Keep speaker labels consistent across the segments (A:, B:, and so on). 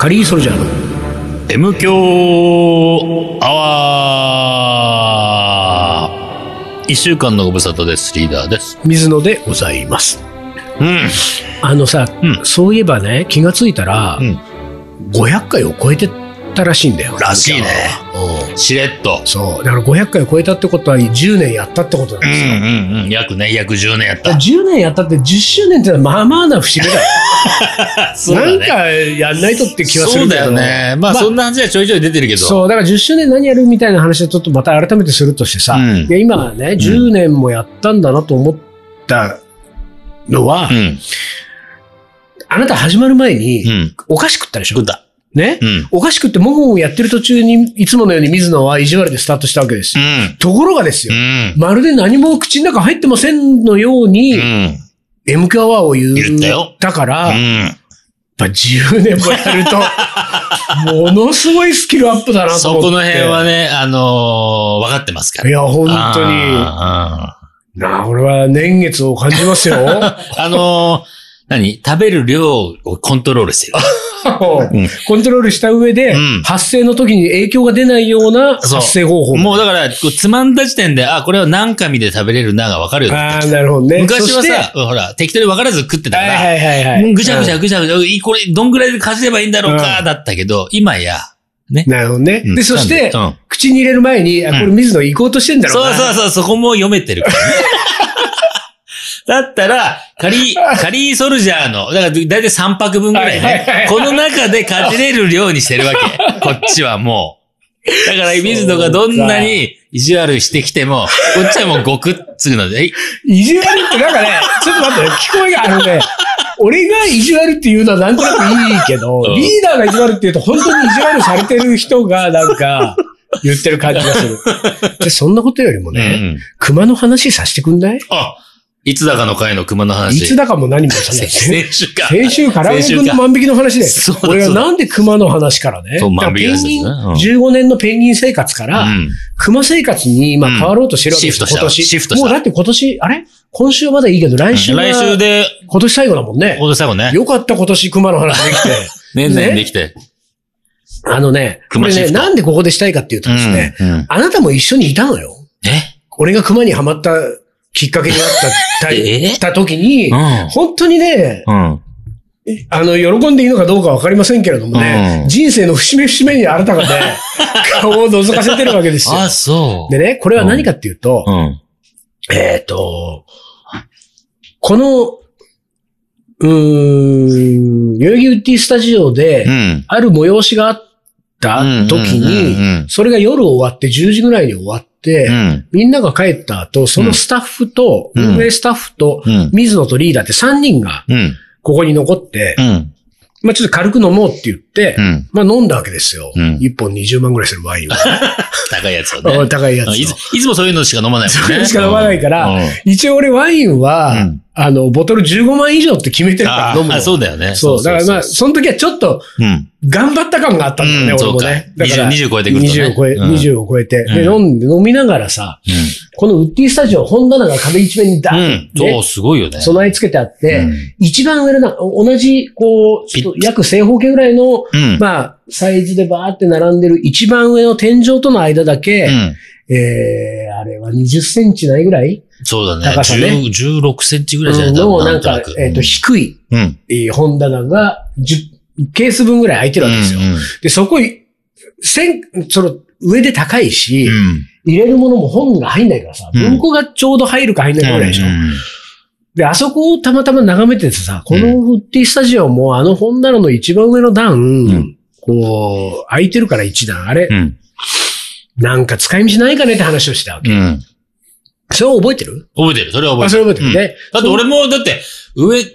A: カリーソルジャーの
B: M 強アワー一週間のご無沙汰です。リーダーです。
A: 水野でございます。
B: うん。
A: あのさ、
B: うん
A: そういえばね、気がついたら、
B: うん
A: 500回を超えてたらしいんだよ。
B: らしいね
A: うん
B: しれっと。
A: そう。だから500回を超えたってことは10年やったってことなん
B: うん
A: ですよ。
B: うんうん。約ね、約10年やっ
A: だから10年やったって10周年ってのはまあまあな節目だよ。
B: た。 そうだ
A: なん
B: ね。
A: かやんないとって気はす
B: そ
A: る
B: う
A: け
B: だ
A: ど。
B: よね。まあ、そんな話はちょいちょい出てるけど。
A: そう、だから10周年何やるみたいな話をちょっとまた改めてするとしてさ、
B: うん
A: いや今はね、10年もやったんだなと思ったのは、
B: ん。
A: あなた始まる前に、
B: うん。
A: お菓子食ったでしょ
B: 食った。
A: ね、
B: うん。
A: お菓子食ってもごもごやってる途中に、いつものように水野は意地悪でスタートしたわけです
B: う
A: よ。
B: ん。
A: ところがです
B: う
A: よ、
B: ん。
A: まるで何も口の中入ってませんのように、
B: うん。
A: M キャワーを言
B: 言ったよ
A: だから、
B: う
A: やっ
B: ん。
A: ぱ10年もやる と、ものすごいスキルアップだなと
B: そ
A: 思って。
B: この辺はね、あのー、分かってますから。
A: いや、本当に。
B: あ
A: なあ、俺は年月を感じます よ。
B: ーうんあのー、何食べる量をコントロールしてる。
A: コ
B: うん
A: ントロールした上で、
B: うん
A: 発生の時に影響が出ないような
B: そう
A: 発生方法。
B: もうだから、こうつまんだ時点で、あ、これは何紙で食べれるなが分かるようになって
A: あ
B: き
A: あ、
B: た。
A: なるほどね。
B: 昔は
A: そして
B: さ、ほら、適当に分からず食ってたか
A: はい
B: ら、
A: はいはいはい。
B: もうぐちゃぐち
A: う
B: ゃぐちゃぐちゃ、いこれ、どんぐらいでかじればいいんだろうか、
A: うん
B: だったけど、今や、ね
A: ん。。なるほどね。
B: うん
A: で、そして、
B: うん
A: 口に入れる前に、あ、これ水野行こうとしてんだろ
B: そうう
A: な。
B: そうそう、そこも読めてるからね。だったら、カリー、 カリーソルジャーの、だからだいたい3泊分ぐらい
A: はいはいはい
B: ね、この中でかじれる量にしてるわけ。こっちはもう。だから、水野がどんなに意地悪してきても、こっちはもうごくっつくので、えい
A: 意地悪ってなん かね、ちょっと待って、聞こえが、あのね、俺が意地悪っていうのはなんとなくいいけど、
B: うん
A: リーダーが意地悪って言うと本当に意地悪されてる人がなん か、言ってる感じがする。で、そんなことよりも
B: う
A: ね、
B: ん。
A: 熊の話させてくんない
B: あ、いつだかの回の熊の
A: い
B: 話。
A: つだかも何もさ ない。先
B: 先週か。
A: 週、唐揚げくんの万引きの話で
B: そうだ、
A: 俺は
B: そうだ
A: なんで熊の話からね、
B: そう万引き
A: ペン
B: の話で
A: ギ
B: す
A: ン、
B: ねう
A: 15
B: ん
A: 年のペンギン生活から、
B: うん。
A: 熊生活に今変わろうとしてるわけですよ、
B: うんシフトした
A: 今年。
B: シフトした
A: もうだって今年、あれ今週はまだいいけど、来週は、
B: 来週で、
A: 今年最後だもんね
B: ほ。んと最後ね。
A: よかった今年熊の話でき て。
B: 年々できて。
A: あのね、こ
B: 熊
A: れ
B: シ
A: ね、
B: フト
A: なんでここでしたいかっていうとですね、
B: うんうん
A: あなたも一緒にいたのよ。
B: え
A: 俺が熊にハマったきっかけになった、た
B: え
A: た時に、本当にね、
B: うん。
A: あの、喜んでいいのかどうかわかりませんけれどもね、
B: うん
A: 人生の節目節目にあなたが ね、顔を覗かせてるわけですよ。
B: あ、そう。
A: でね、これは何かっていうと、
B: うん。
A: えっ、と、この、うーん、代々木ウッディスタジオで、
B: うん。
A: ある催しがあった時
B: うんうんうんう
A: に、
B: ん
A: それが夜終わって10時ぐらいに終わって、
B: うん。
A: みんなが帰った後、そのスタッフと、
B: うん
A: 運営スタッフと、
B: うん。
A: 水野とリーダーって3人が
B: うん。
A: ここに残って、
B: うん。
A: まあちょっと軽く飲もうって言って、
B: うん。
A: まあ飲んだわけですよ。
B: うん
A: 1本20万ぐらいするワインを。
B: 高いやつを ね。
A: 高いやつを。
B: いついつもそういうのしか飲まないもん
A: そういう
B: ね。
A: のしか飲まないから
B: うんうん
A: 一応俺ワインは、
B: うん
A: あの、ボトル15万以上って決めてるか
B: あ
A: ら飲むの。
B: あ、そうだよね。
A: そう。だからまあ、その時はちょっと
B: うん。
A: 頑張った感があったんだよね、
B: うん
A: 俺もね。
B: そうか20 20超えてくるとね
A: 20超え、
B: うん
A: 20を超えて。で、
B: う
A: 飲んで、飲みながらさ、このウッディスタジオ、本棚が壁一面にダ
B: う
A: ー
B: ん
A: ン。
B: そう、
A: ね、
B: すごいよね。
A: 備え付けてあって、
B: うん
A: 一番上のな、同じ、こう、ちょっと約正方形ぐらいの、
B: うん。
A: まあ、サイズでバーって並んでる一番上の天井との間だけ、
B: うん。
A: えー、あれは20センチないぐらい、
B: そうだね。
A: 高さね
B: 10 16センチぐらいじゃな
A: うん
B: い多
A: の、
B: 分
A: な
B: なんんと
A: か
B: なく。、
A: えっ、と、低い、
B: うん。
A: えー本棚が10、ケース分ぐらい空いてるわけですよ。
B: うん
A: で、そこい、せん、その、上で高いし、
B: うん。
A: 入れるものも本が入んないからさ、
B: うん
A: 文庫がちょうど入るか入んないかぐらいでしょ。
B: うん
A: で、あそこをたまたま眺めててさ、このフッティスタジオもあの本棚の一番上の段、
B: ん
A: こう、空いてるから一段、あれ、
B: うん。
A: なんか使い道ないかねって話をしてたわけ。
B: うん。
A: それを覚えてる
B: 覚えてる。それは覚え
A: あ、
B: て
A: そ
B: る。
A: れ覚えてるね。
B: だって俺も、だって、上、入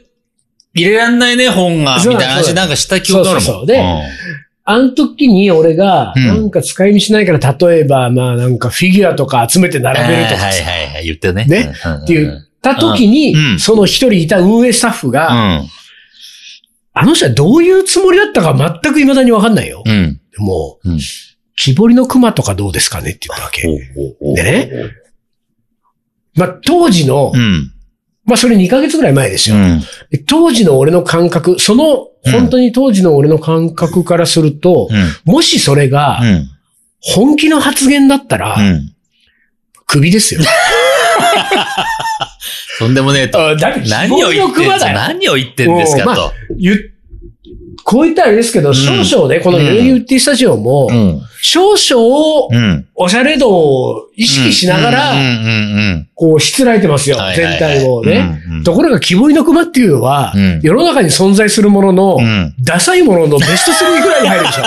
B: れらんないね、本が、み
A: そ
B: た
A: う
B: いな
A: そう
B: 話なんかした記憶あるもん。
A: そうそうそうで
B: ん
A: あの時に俺が、
B: うん
A: なんか使い道ないから、例えば、まあなんかフィギュアとか集めて並べるとか
B: はい
A: さ、
B: はいはい、言ってね。
A: ね
B: うんうんうん
A: って言った時に
B: うん、
A: その一人いた運営スタッフ
B: う
A: が、
B: ん。
A: あの人はどういうつもりだったか全く未だにわかんないよ。
B: うん。
A: もう
B: うん、
A: 木彫りの熊とかどうですかねって言ったわけ。でね、まあ当時の
B: うん。
A: まあそれ2ヶ月ぐらい前ですよ。
B: ん。
A: で当時の俺の感覚、その、
B: うん
A: 本当に当時の俺の感覚からすると、
B: うん。
A: もしそれが
B: うん。
A: 本気の発言だった
B: う
A: ら、
B: ん。
A: クビ ですよ。
B: とんでもねえと。
A: だって
B: 何を言ってんです何を言ってんです
A: も
B: か
A: うま
B: と。
A: 言っこう言ったらあれですけど、
B: ん
A: 少々ね、この
B: うん
A: 代々木ウッディスタジオも、
B: ん。
A: 少々、
B: うん。
A: おしゃれ度を意
B: 意
A: 識しなが
B: うん
A: ら、
B: うんうん。
A: こう、しつらえてますよ
B: は、いはいは
A: 全
B: い
A: 体をね。。
B: うん
A: ところが、木彫りの熊っていうのは
B: うん、
A: 世の中に存在するものの
B: う、ん。
A: ダサいもののベスト3ぐらいに入 るでしょ。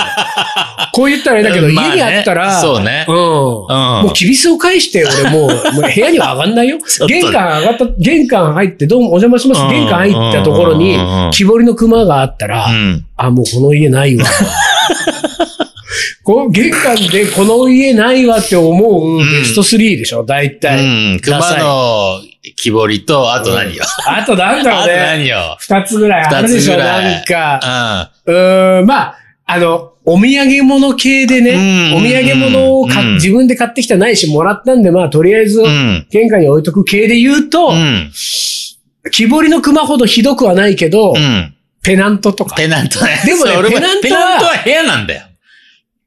A: こう言ったらあれだけど、
B: うんまあ
A: 家
B: ね
A: にあったら、
B: そうね
A: うん。
B: うん。
A: もう、キビスを返して、俺もう、 もう部屋には上がんないよ。
B: ちょっと
A: 玄関上がった、玄関入って、どうもお邪魔します。
B: うん
A: 玄関入ったところに
B: うんうん、
A: 木彫りの熊があったら、
B: うん。
A: あ、もうこの家ないわ。こう玄関でこの家ないわって思うベスト3でしょ、大体。
B: うん。熊の木彫りと、あと何よ。
A: あとなんだろ
B: あ
A: う
B: と
A: ね。
B: 何よ。
A: 二つぐらいあるでしょ、
B: 二つぐらい
A: なんか。
B: う
A: うーん、まあ、あの、お土産物系でね、
B: うん
A: お土産物をか
B: うん
A: 自分で買ってきたないし、もらったんで、まあ、とりあえず
B: ん。う、ん。
A: 玄関に置いとく系で言うと
B: う、ん。
A: 木彫りの熊ほどひどくはないけど
B: う、ん。
A: ペナントとか。
B: ペナントね。
A: でもね
B: そう俺
A: ペナントは
B: ペナントは部屋なんだよ。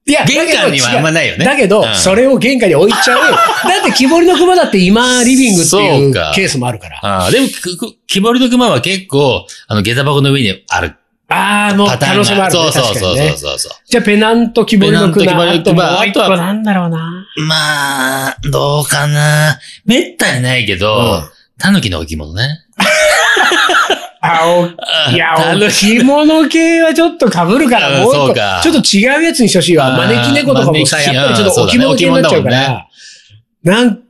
A: いや
B: 玄関にはあんまないよね
A: だけど、
B: うん
A: それを玄関に置いちゃ う。だって、木彫りの熊だって今、リビングってい
B: そううか
A: ケースもあるから。
B: ああ、でも、くく木彫りの熊は結構、あの、下駄箱の上にある
A: ああ、もう
B: パター
A: 可能
B: ンが。
A: 性もあるね。
B: そうそう
A: 確か
B: そ
A: に
B: う
A: ね。
B: そうそう。
A: じゃあ、ペナント木彫りの熊。
B: ペナント木彫りの熊
A: あともう一個
B: あとは
A: なんだろうな。
B: まあ、どうかな。めったにないけど、
A: うん
B: タヌキの置物ね。
A: あ、お、いや、お着物系はちょっと被るから、
B: うん
A: もう一
B: そ
A: 個、
B: う
A: ち
B: か
A: ょっと違うやつにしてほしいわ。
B: あー
A: 招き猫とかもさ、
B: 招き
A: やっぱりちょっとお着
B: う
A: 物
B: ん
A: 系になっちゃうか
B: そうだ
A: ら、なん、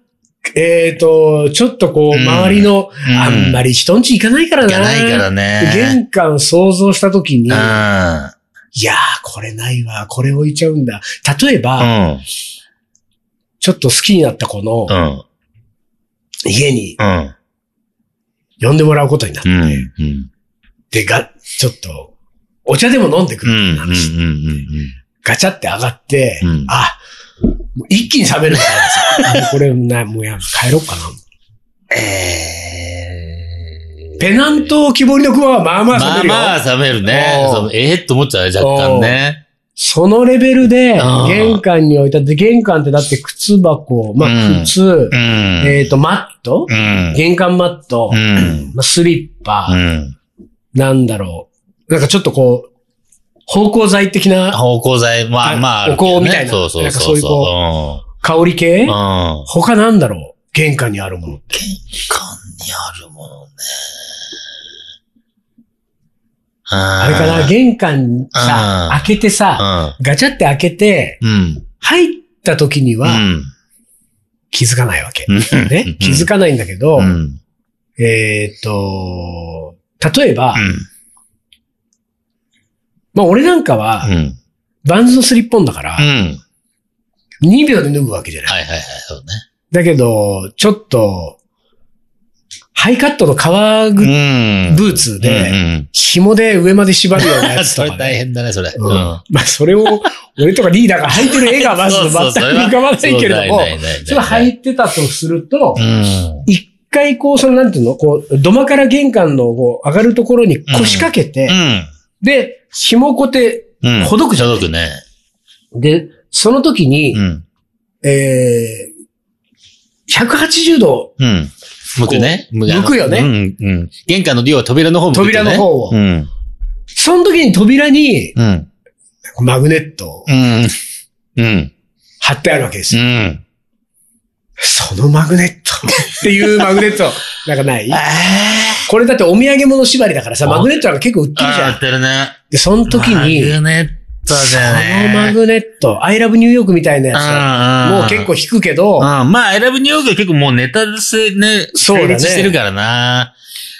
A: えっと、ちょっとこう、
B: うん
A: 周りの、
B: うん
A: あんまり人んち行かないから
B: い
A: な。
B: かないからね。
A: 玄関想像したときに、
B: うん。う
A: いやー、これないわ、これ置いちゃうんだ。例えば、
B: ん。
A: ちょっと好きになった子の
B: うん。
A: 家に
B: うん。
A: 呼んでもらうことになっ
B: うん。うん。
A: て、が、ちょっと、お茶でも飲んでく
B: うん。う
A: る
B: ん。
A: なんて話ガチャって上がって、
B: うん
A: あ、もう一気に冷めるから ですよもうこれ、な、もうや、帰ろうかな。
B: えー
A: ペナントを木彫りの熊はまあまあ冷
B: ま
A: め
B: あ
A: るよ。
B: まあ冷めるね。
A: おー
B: そうええと思っちゃうね若干ね。
A: そのレベルで
B: あ、ー
A: 玄関に置いたで、玄関ってだって靴箱、ま
B: う
A: あ
B: ん
A: 靴、
B: うん。
A: えっ、と、マット、
B: うん。
A: 玄関マット、
B: うん。
A: まあ、スリッパ、
B: うん。
A: なんだろう。なんかちょっとこう、芳香剤的な
B: 芳香剤、まあまああるけ
A: お
B: どね。
A: 香みたいな
B: そうそう
A: なんかそう
B: そう
A: いう
B: そ
A: 香り
B: う。う
A: 系
B: ん。うん。
A: 他なんだろう玄関にあるものって。
B: 間にあるものね。
A: あ
B: あ
A: れかな玄関さ、
B: うん
A: 開けてさ、
B: な
A: ガチャって開けて、
B: うん。うん。
A: 入った時に
B: う
A: は
B: ん。
A: 気づかないわけ。
B: うん
A: ね、気づかないんだけど、
B: うん。
A: えっと、例えば、
B: うん
A: まあ俺なんかは、
B: うん。
A: バンズのスリッポンだから
B: う、ん。
A: 2秒で脱ぐわけじゃない。
B: はいはいはい、そうね。
A: だけど、ちょっと、ハイカットの革靴
B: うん
A: ブーツで、
B: うん
A: 紐で上まで縛るような
B: う
A: や
B: ん。
A: つ
B: そ
A: と
B: れ
A: か、
B: 大変だね、それ。
A: うんまあ、それを、俺とかリーダーが履いてる絵がまず
B: そ
A: 全
B: う
A: く
B: そうそれは
A: 浮かばないけれども、
B: そうないないない
A: それは履いてたとすると
B: う、ん。
A: 一回こう、そのなんていうの、こう、土間から玄関のこう上がるところに腰掛けて、で、紐こて、
B: うん。うん。
A: ほどくじゃ
B: ほ
A: ん
B: どくね。
A: で、その時に、
B: うん。
A: えー、180度、
B: うん。向くね。向
A: 向くよね
B: うん。うん。玄関の量は扉の方向くよね
A: 扉の方を
B: うん。
A: その時に扉に
B: うん。
A: マグネットを
B: うん。うん。
A: 貼ってあるわけです
B: う
A: よ。
B: ん。
A: そのマグネットっていうマグネット、なんかない
B: あ
A: これだってお土産物縛りだからさ、マグネットなんか結構売ってるじ
B: あ、や
A: ゃん
B: っ。てるね。
A: で、その時に、
B: マグネット
A: そ
B: だよね。
A: のマグネット、アイラブニューヨークみたいなやつが
B: うん
A: もう結構引くけど、
B: うん、まあ、選ぶニューヨークは結構もうネタとしてね、
A: そうだね
B: 成立してるからな。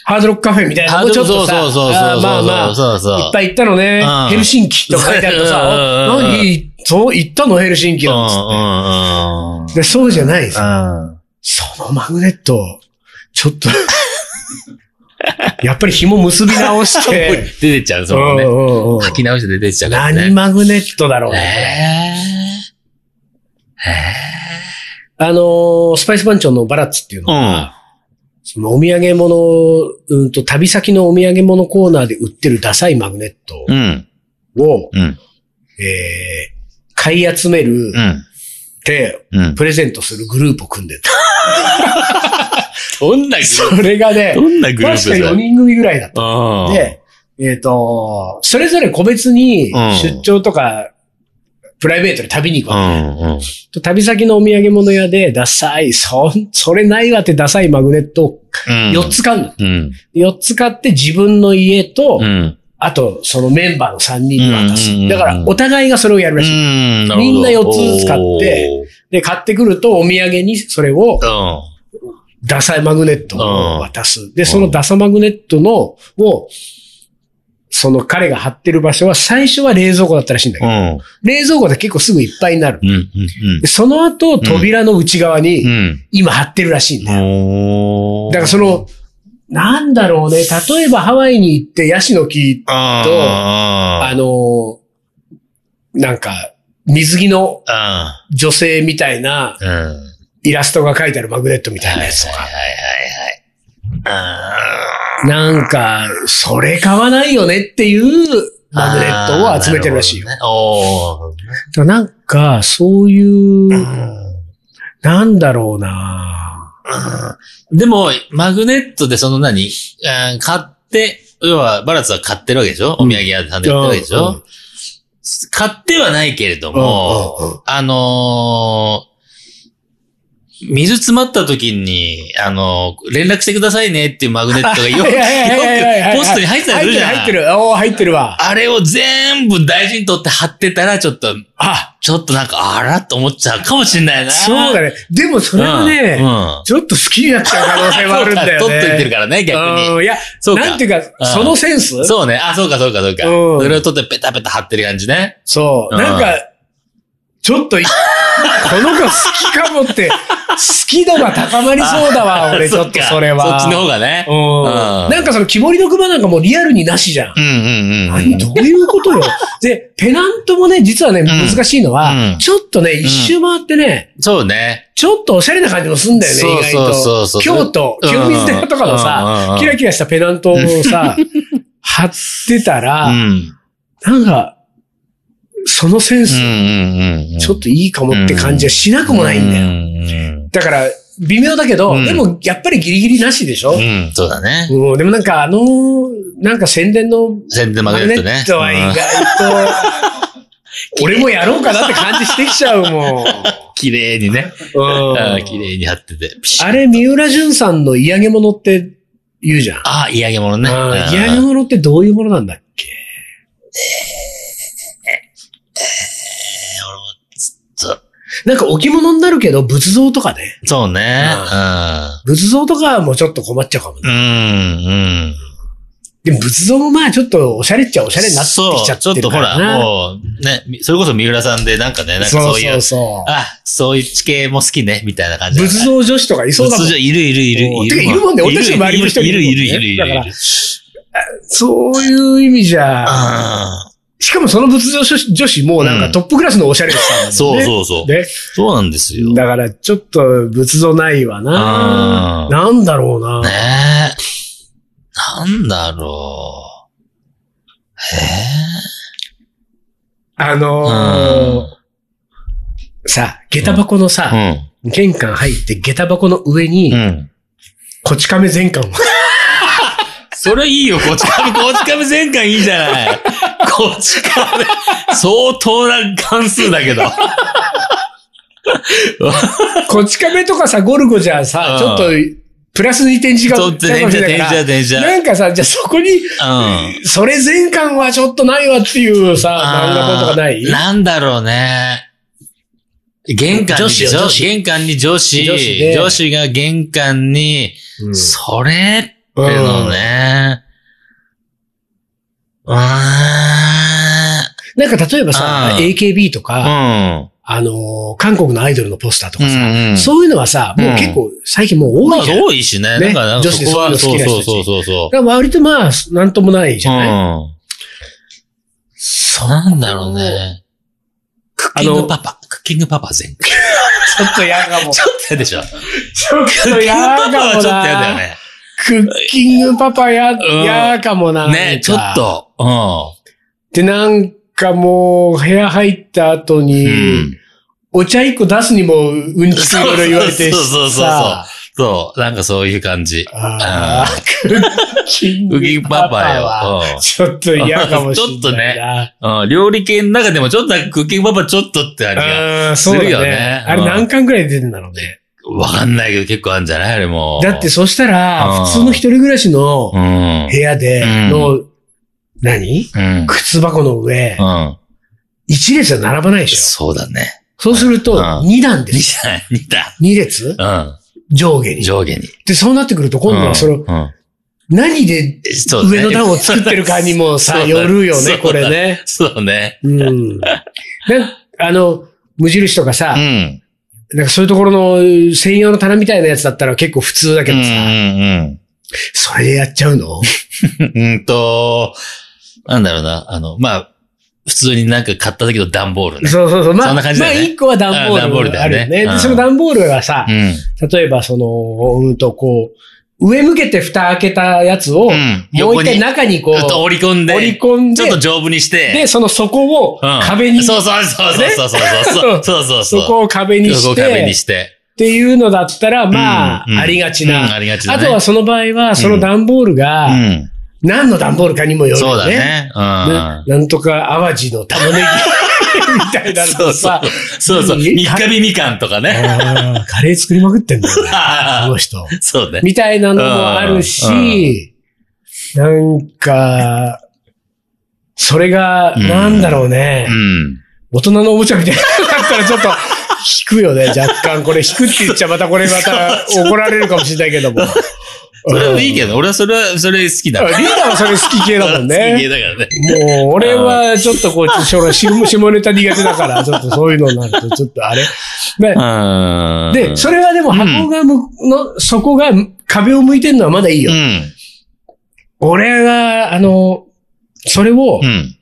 A: ハードロックカフェみたいなのもちょっとさ、
B: そうそうそうそうそう
A: あーまあまあ、
B: そうそう
A: いっぱい行ったのね
B: う、ん
A: ヘルシンキとか書いてあるとさ、
B: うん
A: あ何そう、行ったのヘルシンキ
B: う
A: なんつって
B: ん、うん、うん。
A: で、そうじゃないです。
B: うん
A: そのマグネット、ちょっと、やっぱり紐結び直し
B: 出
A: て、
B: てっちゃう、 そうの
A: ん
B: ね。
A: うんうん
B: 吐き直して出てっちゃうから
A: 何
B: ね。
A: マグネットだろうね。
B: えーえ
A: あのー、スパイス番長のバラッツっていうの
B: ーうん。
A: そのお土産物、うんと、旅先のお土産物コーナーで売ってるダサいマグネット
B: うん。
A: を、
B: うん。
A: えー、買い集める
B: うん。
A: って、
B: うん。
A: プレゼントするグループを組んでた。
B: どんなグルー
A: それがね
B: プ、どんなグルー
A: 確
B: プ
A: か
B: だ
A: 4人組ぐらいだった。
B: うん。
A: で、えっ、と、それぞれ個別に
B: うん
A: 出張とか、プライベートで旅に行く
B: う
A: わ
B: ん。うん。
A: け旅先のお土産物屋で、ダサい、そん、それないわってダサいマグネットを
B: うん。
A: 4つ買うの。
B: うん。
A: 4つ買って自分の家と、
B: うん。
A: あとそのメンバーの3人に渡す
B: うんうんう。ん
A: だから、お互いがそれをやる
B: う
A: らしい。
B: ん。なるほど
A: みんな4つずつ買ってで、買ってくるとお土産にそれを
B: おー
A: ダサいマグネットを渡す。で、そのダサマグネットの、を、その彼が貼ってる場所は最初は冷蔵庫だったらしいんだけ
B: う
A: ど、
B: ん。
A: 冷蔵庫で結構すぐいっぱいになる。
B: うん。うん
A: でその後、扉の内側
B: うん。う
A: に
B: ん。
A: 今貼ってるらしいんだよ。
B: おー
A: だからその、なんだろうね、例えばハワイに行ってヤシの木、
B: あ
A: あのーなんか、水着の
B: ーあ
A: 女性みたいな
B: ー。うん。うん。
A: イラストが書いてあるマグネットみたいなやつと
B: はい
A: か。
B: はいはいはい。
A: なんか、それ買わないよねっていうマグネットを集めてるらしいよ。
B: あー。なるほどね
A: だからなんか、そういう、
B: おー
A: なんだろうな
B: うんでも、マグネットでその何、うん買って、要は、バラツは買ってるわけでしょお土産屋さんで買ってるわけでしょ、
A: うんうん
B: 買ってはないけれども、
A: うんうんうん
B: あのー水詰まった時に、あのー連絡してくださいねっていうマグネットがよく、
A: いやいやいやいやいや
B: よくポストに入ってたりするじゃん。
A: 入ってる、入ってる。おー入ってるわ。
B: あれを全部大事に取って貼ってたら、ちょっと、あ、ちょっとなんか、あらっと思っちゃうかもしれないな。
A: そうだね。でもそれはね、
B: うんうん
A: ちょっと好きになっちゃう可能性もあるんだよね。
B: 取っといてるからね、逆に。
A: うんいや、
B: そうか
A: なんていうか、
B: うん
A: そのセンスそう。
B: そうね。あ、そうか、そうか、そうか。
A: うん
B: それを取ってペタペタ貼ってる感じね。うん
A: なんか、ちょっとい、こ の子好きかもって、好き度が高まりそうだわ、俺、ちょっとそれは。
B: そっちの方がね。
A: うん
B: うん
A: なんかその木彫りの熊なんかもうリアルになしじゃん。
B: うんうんうん。
A: 何どういうことよ。で、ペナントもね、実はね、
B: ん
A: 難しいのは、
B: うん
A: ちょっとね、一周回ってね、
B: そうね。
A: ちょっとおしゃれな感じもすんだよね、
B: そう
A: 意外と。
B: そうそうそう
A: 京都、
B: うん
A: 清水寺とかの
B: うんうんう
A: さ
B: ん、
A: キラキラしたペナントを さ、貼ってた
B: う
A: ら、
B: ん。
A: なんか、そのセン
B: うんう
A: ス、
B: んうん。
A: ちょっといいかもって感じはしなくもないんだよ。
B: よ。
A: だから、微妙だけど、
B: うん
A: でもやっぱりギリギリなしでしょ、
B: うん、そうだね。
A: うん、でもなんかあのーなんか宣伝の
B: 宣伝マ
A: マ
B: グ
A: グネ
B: ネットね。
A: ットは意
B: うん
A: 外 と、俺もやろうかなって感じしてきちゃうもん。
B: 綺麗にね。
A: うん
B: うん綺麗に貼ってて。ピシッ
A: あれ、三浦淳さんの嫌げ物って言うじゃん。
B: あ、嫌げ物ね。
A: あー
B: うん
A: 嫌げ物ってどういうものなんだっけ
B: と
A: なんか置物になるけど、仏像とかね。
B: そうね。
A: 仏像とかもちょっと困っちゃうかも
B: う
A: ね。
B: ん。うん、うん。
A: でも仏像もまあちょっとおしゃれっちゃおしゃれになってきちゃ
B: そう
A: ってる
B: ちょっとほ
A: から
B: ら、
A: な。
B: もう、ね、みそれこそ三浦さんでなんかね、なんか
A: そう
B: そうい
A: そうう、そ
B: あ、そういう地形も好きね、みたいな感
A: う。
B: じだね。
A: 仏像女子とかいそうだもん
B: 仏。像いるいるいる
A: うん
B: い
A: てか
B: る。
A: いるもんね俺たちの周りの人に
B: いるいる
A: い
B: い
A: るもんね
B: るい
A: だか
B: る
A: ら
B: いる。
A: そういう意味じゃ。
B: あ
A: しかもその仏像女子もなんかトップクラスのおしゃれさんだもん
B: あ、
A: ね。
B: そうそうそう。
A: で、
B: そうなんですよ。ね
A: だからちょっと仏像ないわな。
B: うん
A: なんだろう
B: え。
A: な。
B: なんだろう。え
A: あのーさ、下駄箱のさ、
B: え。
A: 玄関入って下駄箱の上に、
B: うん。うん。
A: こち亀全 巻を。
B: それいいよ、こち 亀。こち亀全巻いいじゃない。こち亀。相当な関数 だけど。
A: こち亀とかさ、ゴルゴじゃさ、ちょっと
B: う、
A: プラス2点時間
B: ちょっと、電車、電車、電車。
A: なんかさ、じゃあそこに、
B: うん。
A: それ全巻はちょっとないわっていうさ、漫画本とかない
B: あーなんだろうね。玄関に
A: 女子よ
B: でしょ
A: 女子
B: 玄関に女子。
A: 女
B: 女
A: 子
B: 子
A: で
B: が玄関に、
A: うん
B: それってのね。うーん。
A: なんか例えばさ、
B: うん
A: AKB と
B: う
A: か、
B: ん。
A: あのー、韓国のアイドルのポスターと
B: う
A: かさ、
B: んうん。
A: そういうのはさ、もう結構最近もう
B: ま
A: 多
B: あ
A: いじゃん。だか
B: 多いしね。
A: ね
B: なんか、なん
A: 女
B: か
A: 子で
B: そこは、
A: そういう
B: そう
A: の好き
B: そ
A: な人
B: うそうそうそ
A: ら割とまあ、なんともないじ
B: う。う
A: ゃない
B: ん。そうなんだろうね。クッキングパパ。クッキングパパ全巻。
A: ちょっと嫌かも。
B: ちょっと嫌でしょ。
A: ちょっ
B: クッ
A: と
B: キング
A: や
B: パ
A: ー
B: パは
A: か
B: ちょ
A: も
B: っとやだよ
A: な。
B: ね。
A: クッキングパパや、
B: ん
A: やーかもな。なん
B: ね、
A: か
B: ちょっ。と。う
A: で、
B: ん。
A: なんかもう、部屋入った後に、
B: うん
A: お茶一個出すにも、うんちくいろいろ言われて
B: そうそうそうそう
A: さ
B: そう、なんかそういう感じ。
A: あークッキン
B: ウギ
A: グ
B: パ
A: パパ
B: パよ
A: は。。
B: うん
A: ちょっと嫌かもしれないな。
B: うん、料理系の中でもちょっとなんかクッキングパパちょっとってありが。
A: うん、そうだ
B: するよ
A: ね
B: ね
A: あれ何巻ぐらい出てんだろうね。
B: わかんないけど結構あるんじゃないあれも。
A: だって、そした
B: うん
A: ら、普通の一人暮らしの
B: うん。うん。
A: 部屋での、何
B: うん。
A: 靴箱の上、一列は並ばないでしょ。
B: そうだね。
A: そうすると
B: う、ん
A: 二段で
B: 2
A: す。
B: だ、2だ。
A: 二列上下
B: う
A: に
B: ん。。上下に。
A: で、そうなってくると、今度はその、
B: うん
A: 何で
B: そうだね
A: 上の段を作ってるかにも
B: そう
A: さ、
B: だ
A: よるよ
B: そう
A: ね、
B: だ
A: これね。
B: そうね。
A: うん。なんあの、無印とか
B: う
A: さ、
B: ん。
A: なんかそういうところの専用の棚みたいなやつだったら結構普通だ
B: う
A: け
B: ん
A: どさ、それでやっちゃうの
B: うんうん。うんと、なんだろうな。あの、まあ、普通になんか買った時の段ボールね。
A: そうそうそう。ま
B: そ
A: あ、
B: ん
A: ま
B: な
A: あ
B: 感じだよね
A: 一個は段ボ
B: あ段ボー
A: ー
B: ル
A: ル
B: だ
A: あ
B: よね
A: るよね。
B: うん
A: で、その段ボールはさ
B: う、ん。
A: 例えばその、うんとこう、上向けて蓋開けたやつを、
B: うん。
A: もう一回
B: ち
A: 中にこ
B: ょっと
A: う、
B: 折り込んで、
A: 折り込ん
B: ちょっと
A: で、
B: 丈夫にして、
A: で、その底を
B: うん
A: 壁に、
B: そうそうそうそうそうそうそうそう
A: そ
B: そう。
A: こを壁に
B: そこ
A: し
B: を壁に
A: て、
B: して。
A: っていうのだったら、まあ
B: うんうん、
A: ありがち
B: うん
A: な。
B: ありがちだ
A: あ
B: ね。
A: とはその場合は、その段ボールが、
B: う
A: 何の段ボールかにもよ
B: ん。
A: る
B: そう
A: よ
B: だ
A: ね。
B: ね。
A: な
B: う。
A: なんとか淡路の玉ねぎみたいなんの
B: そう
A: と
B: そう
A: さ、。
B: そうそう。
A: い
B: 三
A: い
B: 日日みかんとかね。
A: あーカレー作りまくってんだ よ、ね、この人。
B: そうね。
A: みたいなのもあるし、なんか、それが、
B: うん
A: なんだろうね
B: う、ん。
A: 大人のおもちゃみたいなのだったらちょっと、引くよ ね、若干。これ引くって言っちゃまたこれまた怒られるかもしれないけども。
B: それはいいけ
A: ど。
B: ど、俺はそれは、それ好き
A: リ
B: だ。
A: ーダーはそれ好き系だもんね。
B: 好きだからね。
A: もう、俺はちょっとこう、将来、下下ネタ苦手だ から、ちょっとそういうのになると、ちょっとあれ。ね
B: うん。
A: で、それはでも箱がむ、の、底が壁を向いてるのはまだいいうよ。
B: ん。
A: 俺が、あの、それを
B: う、ん。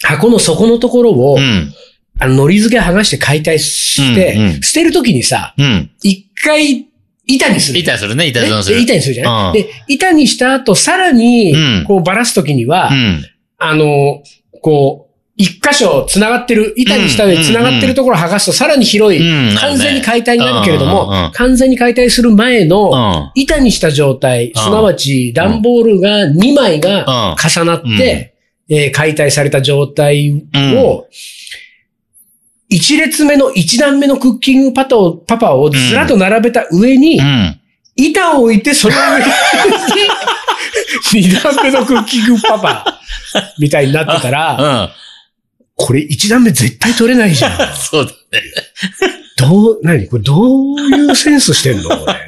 A: 箱の底のところを
B: う、ん。
A: あの、糊付け剥がして解体し
B: うんう
A: て
B: ん、
A: 捨てるときにさ、
B: うん。
A: 一回、板にする。
B: 板するね、板
A: ね
B: 損する。
A: で板にするじゃない、
B: うん
A: で、板にした後、さら
B: う
A: に
B: ん、
A: こう、ばらすときには
B: う、ん。
A: あの、こう、一箇所繋がってる、板にした上に繋がってるところを剥がすとさらに広い、
B: うん。
A: 完全に
B: か
A: 解体になるけれど
B: うんうんう
A: も
B: ん、
A: 完全に解体する前
B: う
A: の、
B: ん。
A: 板にした状態、すなわち段ボールが2枚が重なって、えー解体された状態を、一列目の一段目のクッキングパパを、パパをずらっと並べた上に
B: う、ん。
A: 板を置いて、その上に、二段目のクッキングパパ、みたいになってたら、
B: うん。
A: これ一段目絶対取れないじゃん。
B: そうだね。
A: どう、何これどういうセンスしてんのこれ。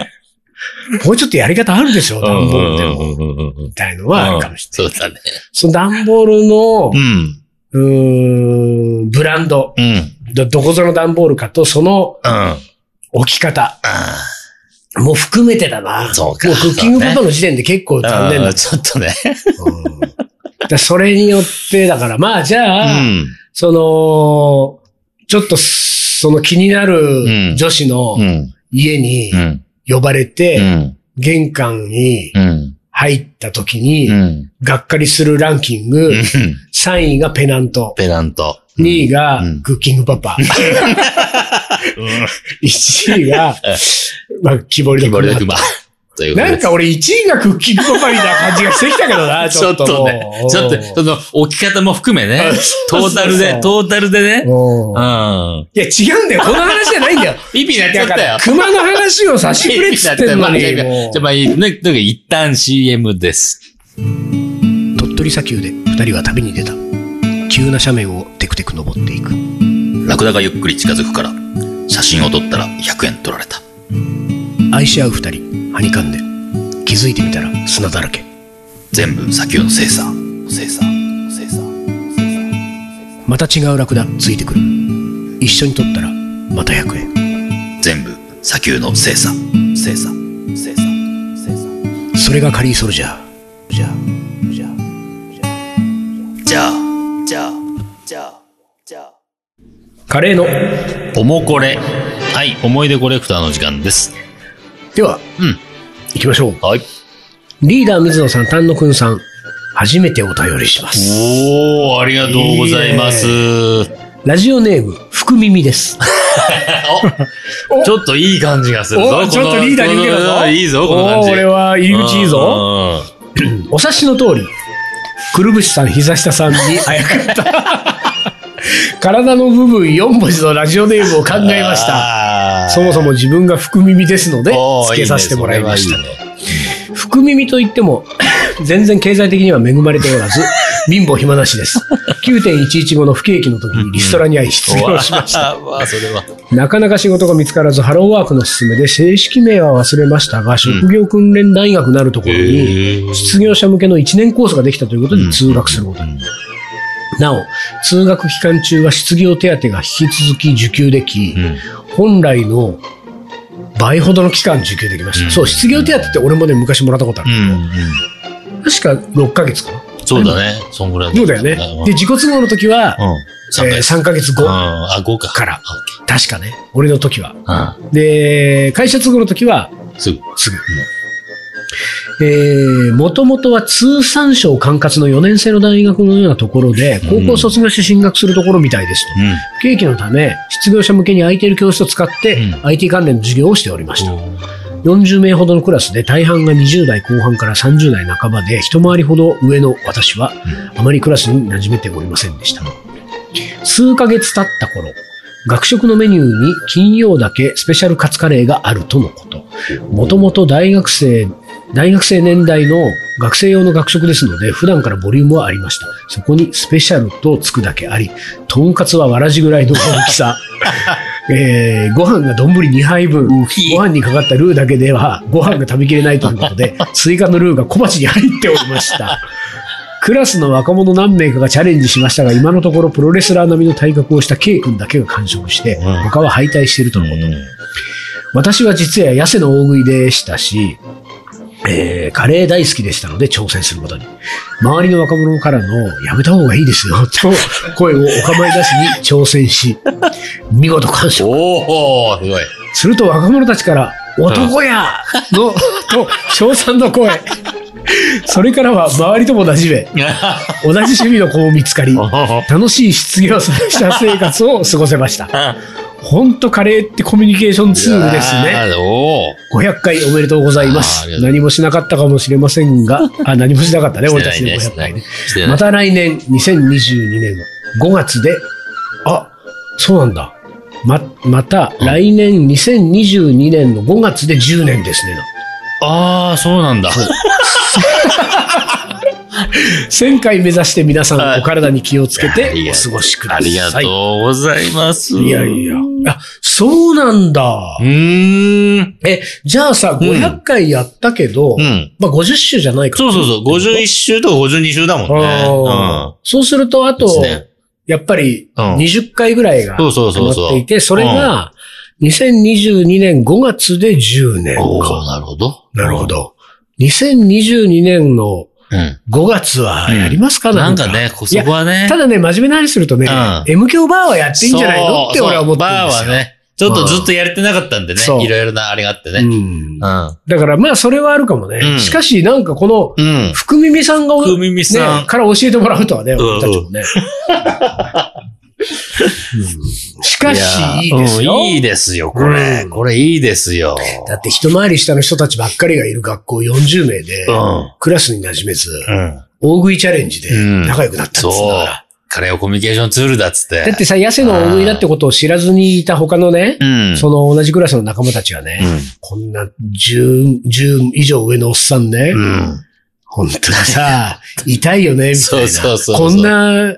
A: もうちょっとやり方あるでしょ段ボールでも。みたいのはあるかもしれない。
B: うんそうだね。
A: その段ボールの
B: う、ん。
A: うーん、ブランド、
B: うん。
A: ど、どこぞの段ボールかと、その
B: うん。あ
A: 置き方、
B: あ。
A: もう含めてだな。
B: そうか
A: もうクッキングパパの時点で結構残念だ
B: うんちょっとね。
A: うんだからそれによって、だから、まあじ
B: う
A: ゃあ、
B: ん。
A: その、ちょっと、その気にな
B: う
A: る
B: ん
A: 女子の
B: うん。
A: 家に
B: うん。
A: 呼ばれ
B: う
A: て、
B: ん。
A: 玄関に
B: うん。
A: 入った時
B: う
A: に、
B: ん。
A: がっかりするランキング、3位がペナント、
B: ペナント。
A: 2位が
B: うん
A: クッキングパ パ、
B: うん。
A: 1位 が、まあ、木彫り
B: 木
A: の
B: 彫りの
A: 熊。
B: 熊。ということ
A: な
B: で
A: んか俺1位がクッキングパパみたいな感じがしてきたけどな、
B: ち
A: ち
B: ょ
A: ょ
B: っ
A: っと
B: と
A: もう。
B: ね。 ちょっと、その、置き方も含めね
A: あ。
B: ト
A: そうそう
B: ータルで、トータルでね。
A: うん
B: うん。
A: いや、違うんだ よ。この話じゃないんだよ。
B: 意味になっち
A: だ
B: ゃっ
A: か
B: たよ
A: ら、。熊の話を差しくれっつってんのに。
B: じゃ
A: も
B: あまあいい、ね、とにかく一旦 CM です。
A: う鳥取砂丘で二人は旅に出た。急な斜面をテクテク登っていく。
B: ラクダがゆっくり近づくから、写真を撮ったら100円取られた。
A: 愛し合う二人、はにかんで。気づいてみたら砂だらけ。
B: 全部砂丘の精査。精査。精査。
A: また違うラクダついてくる。一緒に撮ったら、また100円。
B: 全部砂丘の精査。精査。精査。精査。
A: それがカリーソルジャー。じゃあ、じゃあ。
B: じゃあ、じゃあ、じゃあ、じゃあ。
A: カレーの
B: おもこれ。はい、思い出コレクターの時間です。
A: では、
B: うん。
A: 行きましょう。
B: はい。
A: リーダー水野さん、丹野くんさん、初めてお便りします。
B: おー、ありがとうございます。
A: ラジオネーム、福耳です。お
B: ちょっといい感じがするぞ。
A: お
B: この
A: ちょっとリーダーに受けるぞ
B: このいいぞ、この感じ。
A: おー俺は入り口いいぞ。
B: ぞ。
A: お察しの通り、くるぶしさん、膝下 さんにあやかった。体の部分4文字のラジオネームを考えました。
B: た
A: そもそも自分が福耳ですので、付けさせてもらいました。福耳といっても、全然経済的には恵まれておらず、貧乏暇なし です。9.11後の不景気の時にリストラに遭い失 業しました。
B: た。 わあ、それは。
A: なかなか仕事が見つからず、ハローワークの勧めで正式名は忘れましたが、職業訓練大学なるところに、失業者向けの1年コースができたということで通学することに。なお、通学期間中は失業手当が引き続き受給でき、
B: うん
A: 本来の倍ほどの期間受給できました。
B: うん
A: そう、失業手当って俺もね、昔もらったことあ
B: う
A: る。
B: ん。うん
A: 確か6ヶ月かな。
B: そうだね。そんぐらい
A: そうだよね。で、自己都合の時は
B: う、ん。3
A: えー
B: 回。
A: 3ヶ月後
B: うん。。あ、5か。
A: から
B: オッケ
A: 確かね。俺の時は。
B: ー。う
A: で、会社都合の時は、
B: ん。すぐ。
A: すぐ。えー、もともとは通産省管轄の4年生の大学のようなところで、高校卒業して進学するところみたいですと。
B: うん。
A: 不景気のため、失業者向けに空いている教室を使って、
B: うん
A: IT 関連の授業をしておりました。40名ほどのクラスで大半が20代後半から30代半ばで一回りほど上の私はあまりクラスに馴染めておりませんでした。数ヶ月経った頃、学食のメニューに金曜だけスペシャルカツカレーがあるとのこと。もともと大学生、大学生年代の学生用の学食ですので、普段からボリュームはありました。そこにスペシャルとつくだけあり、とんかつはわらじぐらいの大きさ。えーご飯が丼2杯分、ご飯にかかったルーだけではご飯が食べきれないということで、追加のルーが小鉢に入っておりました。クラスの若者何名かがチャレンジしましたが、今のところプロレスラー並みの体格をした K 君だけが完食して、
B: うん
A: 他は敗退しているとのこと。私は実は痩せの大食いでしたし、えーカレー大好きでしたので挑戦することに。周りの若者からの、やめた方がいいですよ、と声をお構いなしに挑戦し、見事完食。
B: おお すごい。
A: すると若者たちから、男やの、 と、称賛の声。それからは周りとも馴染め、同じ趣味の子も見つかり、楽しい失業者生活を過ごせました。ほんとカレーってコミュニケーションツールですね。
B: ね。おお。
A: 500回おめでとうございます
B: あーありがとうございます
A: 何もしなかったかもしれませんが、あ何もしなかったね、
B: して
A: 俺
B: な
A: たち
B: い
A: ね、
B: ね。し
A: 500
B: てな
A: 回
B: い
A: ね。
B: してない
A: また来年、2022年5月で、あ、そうなんだ。ま、また来年2022年の5月で10年ですね。
B: ああ、そうなんだ。
A: 1000回目指して皆さ
B: は
A: ん
B: い
A: お体に気をつけて
B: いや
A: お過ごしくだ
B: あ
A: さい。
B: りがとうございます。
A: いやいや。あ、そうなんだ
B: う。ーん。
A: え、じゃあさ、500回やったけど、
B: うん。
A: まあ50週じゃないか。
B: そうそうそう。51週と52週だもん
A: あー
B: ね。
A: そうすると、あ
B: うん。
A: と、やっぱり
B: うん
A: 20回ぐらいが
B: そ
A: 止
B: うそうそうそ
A: ま
B: う
A: っていて、それが2022年5月で10年
B: お
A: か。
B: おなるほど。
A: なるほど。2022年の
B: うん。
A: 5月はやりますか、
B: なんか。ね、こそこはね。
A: ただね、真面目な話するとね、
B: うん
A: M 教バーはやっていいんじゃないのって
B: そう
A: 俺は思ってるん
B: バ
A: で
B: ー
A: す
B: は
A: よ。
B: ね、ちょっとずっとやれてなかったんでね
A: そう。
B: いろいろなあれがあって
A: う
B: ね。
A: ん
B: う、ん。
A: だからまあ、それはあるかもね。
B: うん
A: しかし、なんかこの、
B: うん。
A: 福耳さんが、
B: 福耳さん
A: ね、から教えてもらうとはね、
B: ん
A: 俺たちもね。うんしかし、いいですよ。
B: うんいいですよ、これ。
A: うん
B: これいいですよ。
A: だって一回り下の人たちばっかりがいる学校40名で、
B: うん
A: クラスに馴染めず、
B: うん。
A: 大食いチャレンジで
B: うん
A: 仲良くなったん
B: そう
A: ですから。。
B: カレーをコミュニケーションツールだっつって。
A: だってさ、痩せの大食いだってことを知らずにいた他のね
B: う、ん。
A: その同じクラスの仲間たちはね、
B: う
A: こんな10、10以上上のおっさんね、
B: ん。うん。
A: 本当に さ、痛いよね、みたいな。
B: そうそうそうそう
A: こんな、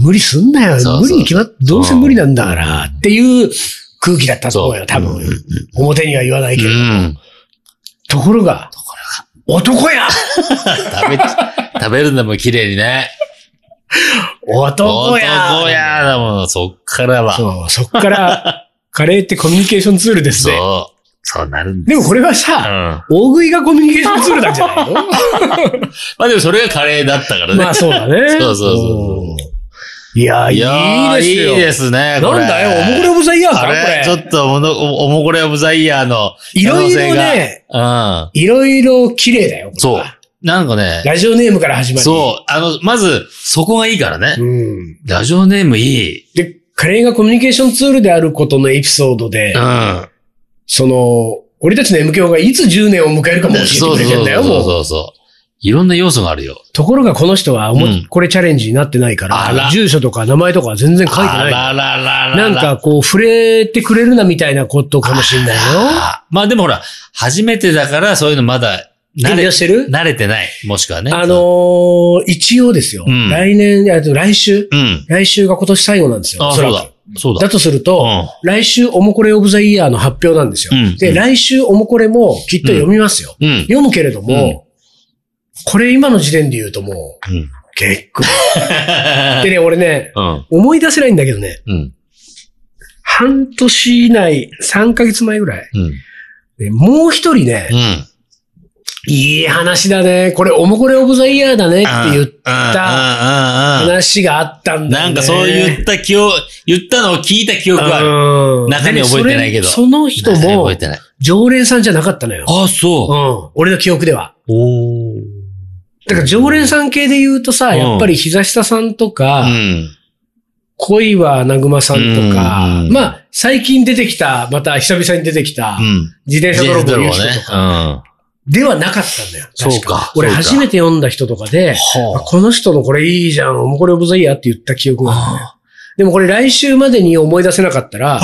A: 無理すんなよ。
B: そうそう
A: 無理に決まっ、どうせ無理なんだから、
B: うん
A: っていう空気だったと思うよ、多
B: うんうんう
A: 分。表には言わないけど。
B: うん。
A: ところが、男や
B: 食べ、 食べるのも綺麗にね。
A: 男や
B: 男やだもん、そっからは。そう。
A: そう、そっから、カレーってコミュニケーションツールですね。
B: そうなるんだ。
A: でもこれは
B: うん。
A: さ、
B: ま
A: 大食いがコミュニケーションツールなんじゃ ないの
B: あでもそれがカレーだったからね。
A: まあそうだね。
B: そうそうそう
A: うんいや、いい
B: いやー
A: ですよ。
B: いいですね、
A: な
B: こ
A: ん
B: れ。
A: だよ、おもこれオブザイヤーか、こ
B: あれ
A: れ
B: ち。ょっとおもの、おおもこれオブザイヤーの
A: い
B: 可
A: ろ
B: 能
A: い
B: 性
A: ろ
B: が。
A: ね、いろいろ綺麗だよ、こ
B: うん。
A: れ
B: そう
A: は。
B: なんかね、
A: ラジオネームから始まり。
B: そう。あの、まず、そこがいいからね。
A: うん。
B: ラジオネームいい。
A: で、カレーがコミュニケーションツールであることのエピソードで
B: う、ん。
A: その、俺たちの MKO がいつ10年を迎えるかも教えて
B: そうそう
A: くれて
B: そ
A: ん
B: う
A: だよ、
B: そう
A: もう。
B: そうそう。いろんな要素があるよ。
A: ところがこの人はおも、
B: うん
A: これチャレンジになってないか
B: あ
A: ら、
B: ら
A: 住所とか名前とかは全然書いて
B: あ
A: ない。
B: ららららら
A: なんかこう、触れてくれるなみたいなことかもしれないよ。
B: あまあでもほら、初めてだからそういうのまだ慣
A: 勉
B: れ
A: 強してる
B: 慣れてない。もしくはね。
A: あのー一応ですよ。
B: うん
A: 来年、あと来週、
B: うん。
A: 来週が今年最後なんですよ。
B: あ
A: お
B: そ
A: ら
B: う
A: く
B: だ。そうだ
A: だ。とすると、
B: うん
A: 来週おもこれオブザイヤーの発表なんですよ。
B: うん
A: で、
B: うん
A: 来週おもこれもきっと読みますよ。
B: うん。
A: 読むけれども、これ今の時点で言うともう、
B: うん。
A: 結 構。でね、俺ね、
B: うん。
A: 思い出せないんだけどね、
B: うん。
A: 半年以内、3ヶ月前ぐらい、
B: うん。
A: ねもう一人ね、
B: うん。
A: いい話だね、これおもこれオブザイヤーだねって言う
B: た
A: 話があったんだよね。
B: なんかそう言った記憶、言ったのを聞いた記憶がある。
A: うん
B: 中身覚えてないけど
A: でそれその人
B: 全然
A: も
B: 覚え、てない。
A: 常連さんじゃなかったのよ。
B: あ、そ
A: ん。
B: うう。
A: 俺の記憶では。
B: おー
A: だから常連さん系で言うとさ、
B: うん
A: やっぱり膝下さんと
B: う
A: か、
B: ん。
A: 恋は穴熊さんとか、
B: うん
A: まあ、最近出てきた、また久々に出てきた
B: う、ん。
A: 自転車泥棒の人とか、
B: うん。
A: ではなかったんだよ。確
B: そうか
A: 俺
B: そうか
A: 初めて読んだ人とかで、あ
B: は
A: この人のこれいいじゃん、もうこれオブザイヤーって言った記憶があるね。でもこれ来週までに思い出せなかった ら、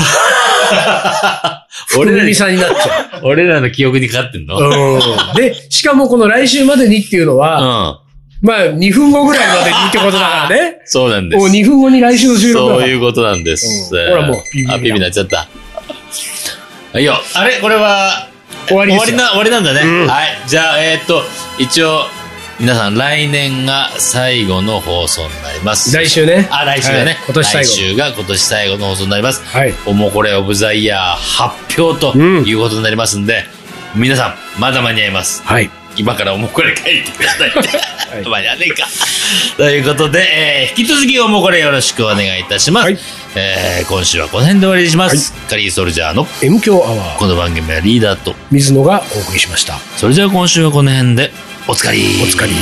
B: 俺
A: 俺
B: ら
A: 耳さんになっちゃう。
B: あ。俺らの記憶にかかってんのうん。
A: うんで、しかもこの来週までにっていうのは、まあ2分後ぐらいまでにってことだからね。
B: そうなんです
A: もう。2分後に来週の収録だ
B: そ
A: か
B: う
A: ら
B: いうことなんです。
A: うんほらもうビビビだ
B: あ、ビビになっちゃった。あいいよ。あれこれは、
A: 終わり
B: 終
A: で
B: わ
A: す
B: り
A: よ。
B: な、終わりなんだね。
A: うん
B: はい。じゃあ、えーっと、一応、皆さん、来年が最後の放送になります。
A: 来週ね。
B: あ、来週だね。
A: はい今年最後
B: 来週が今年最後の放送になります。
A: はい。
B: おもこれオブザイヤー発表と
A: うん
B: いうことになりますんで、皆さん、まだ間に合います。
A: はい。
B: 今からおもこれ書いてくださいって。
A: はい
B: まあやねえか。ということで、えー引き続きおもこれよろしくお願いいたします。
A: はい
B: えー今週はこの辺で終わりにします。カリーソルジャーの
A: M 強アワー、
B: この番組はリーダーと、
A: 水野がお送りしました。
B: それじゃあ今週はこの辺で、おつかり。
A: おつかり。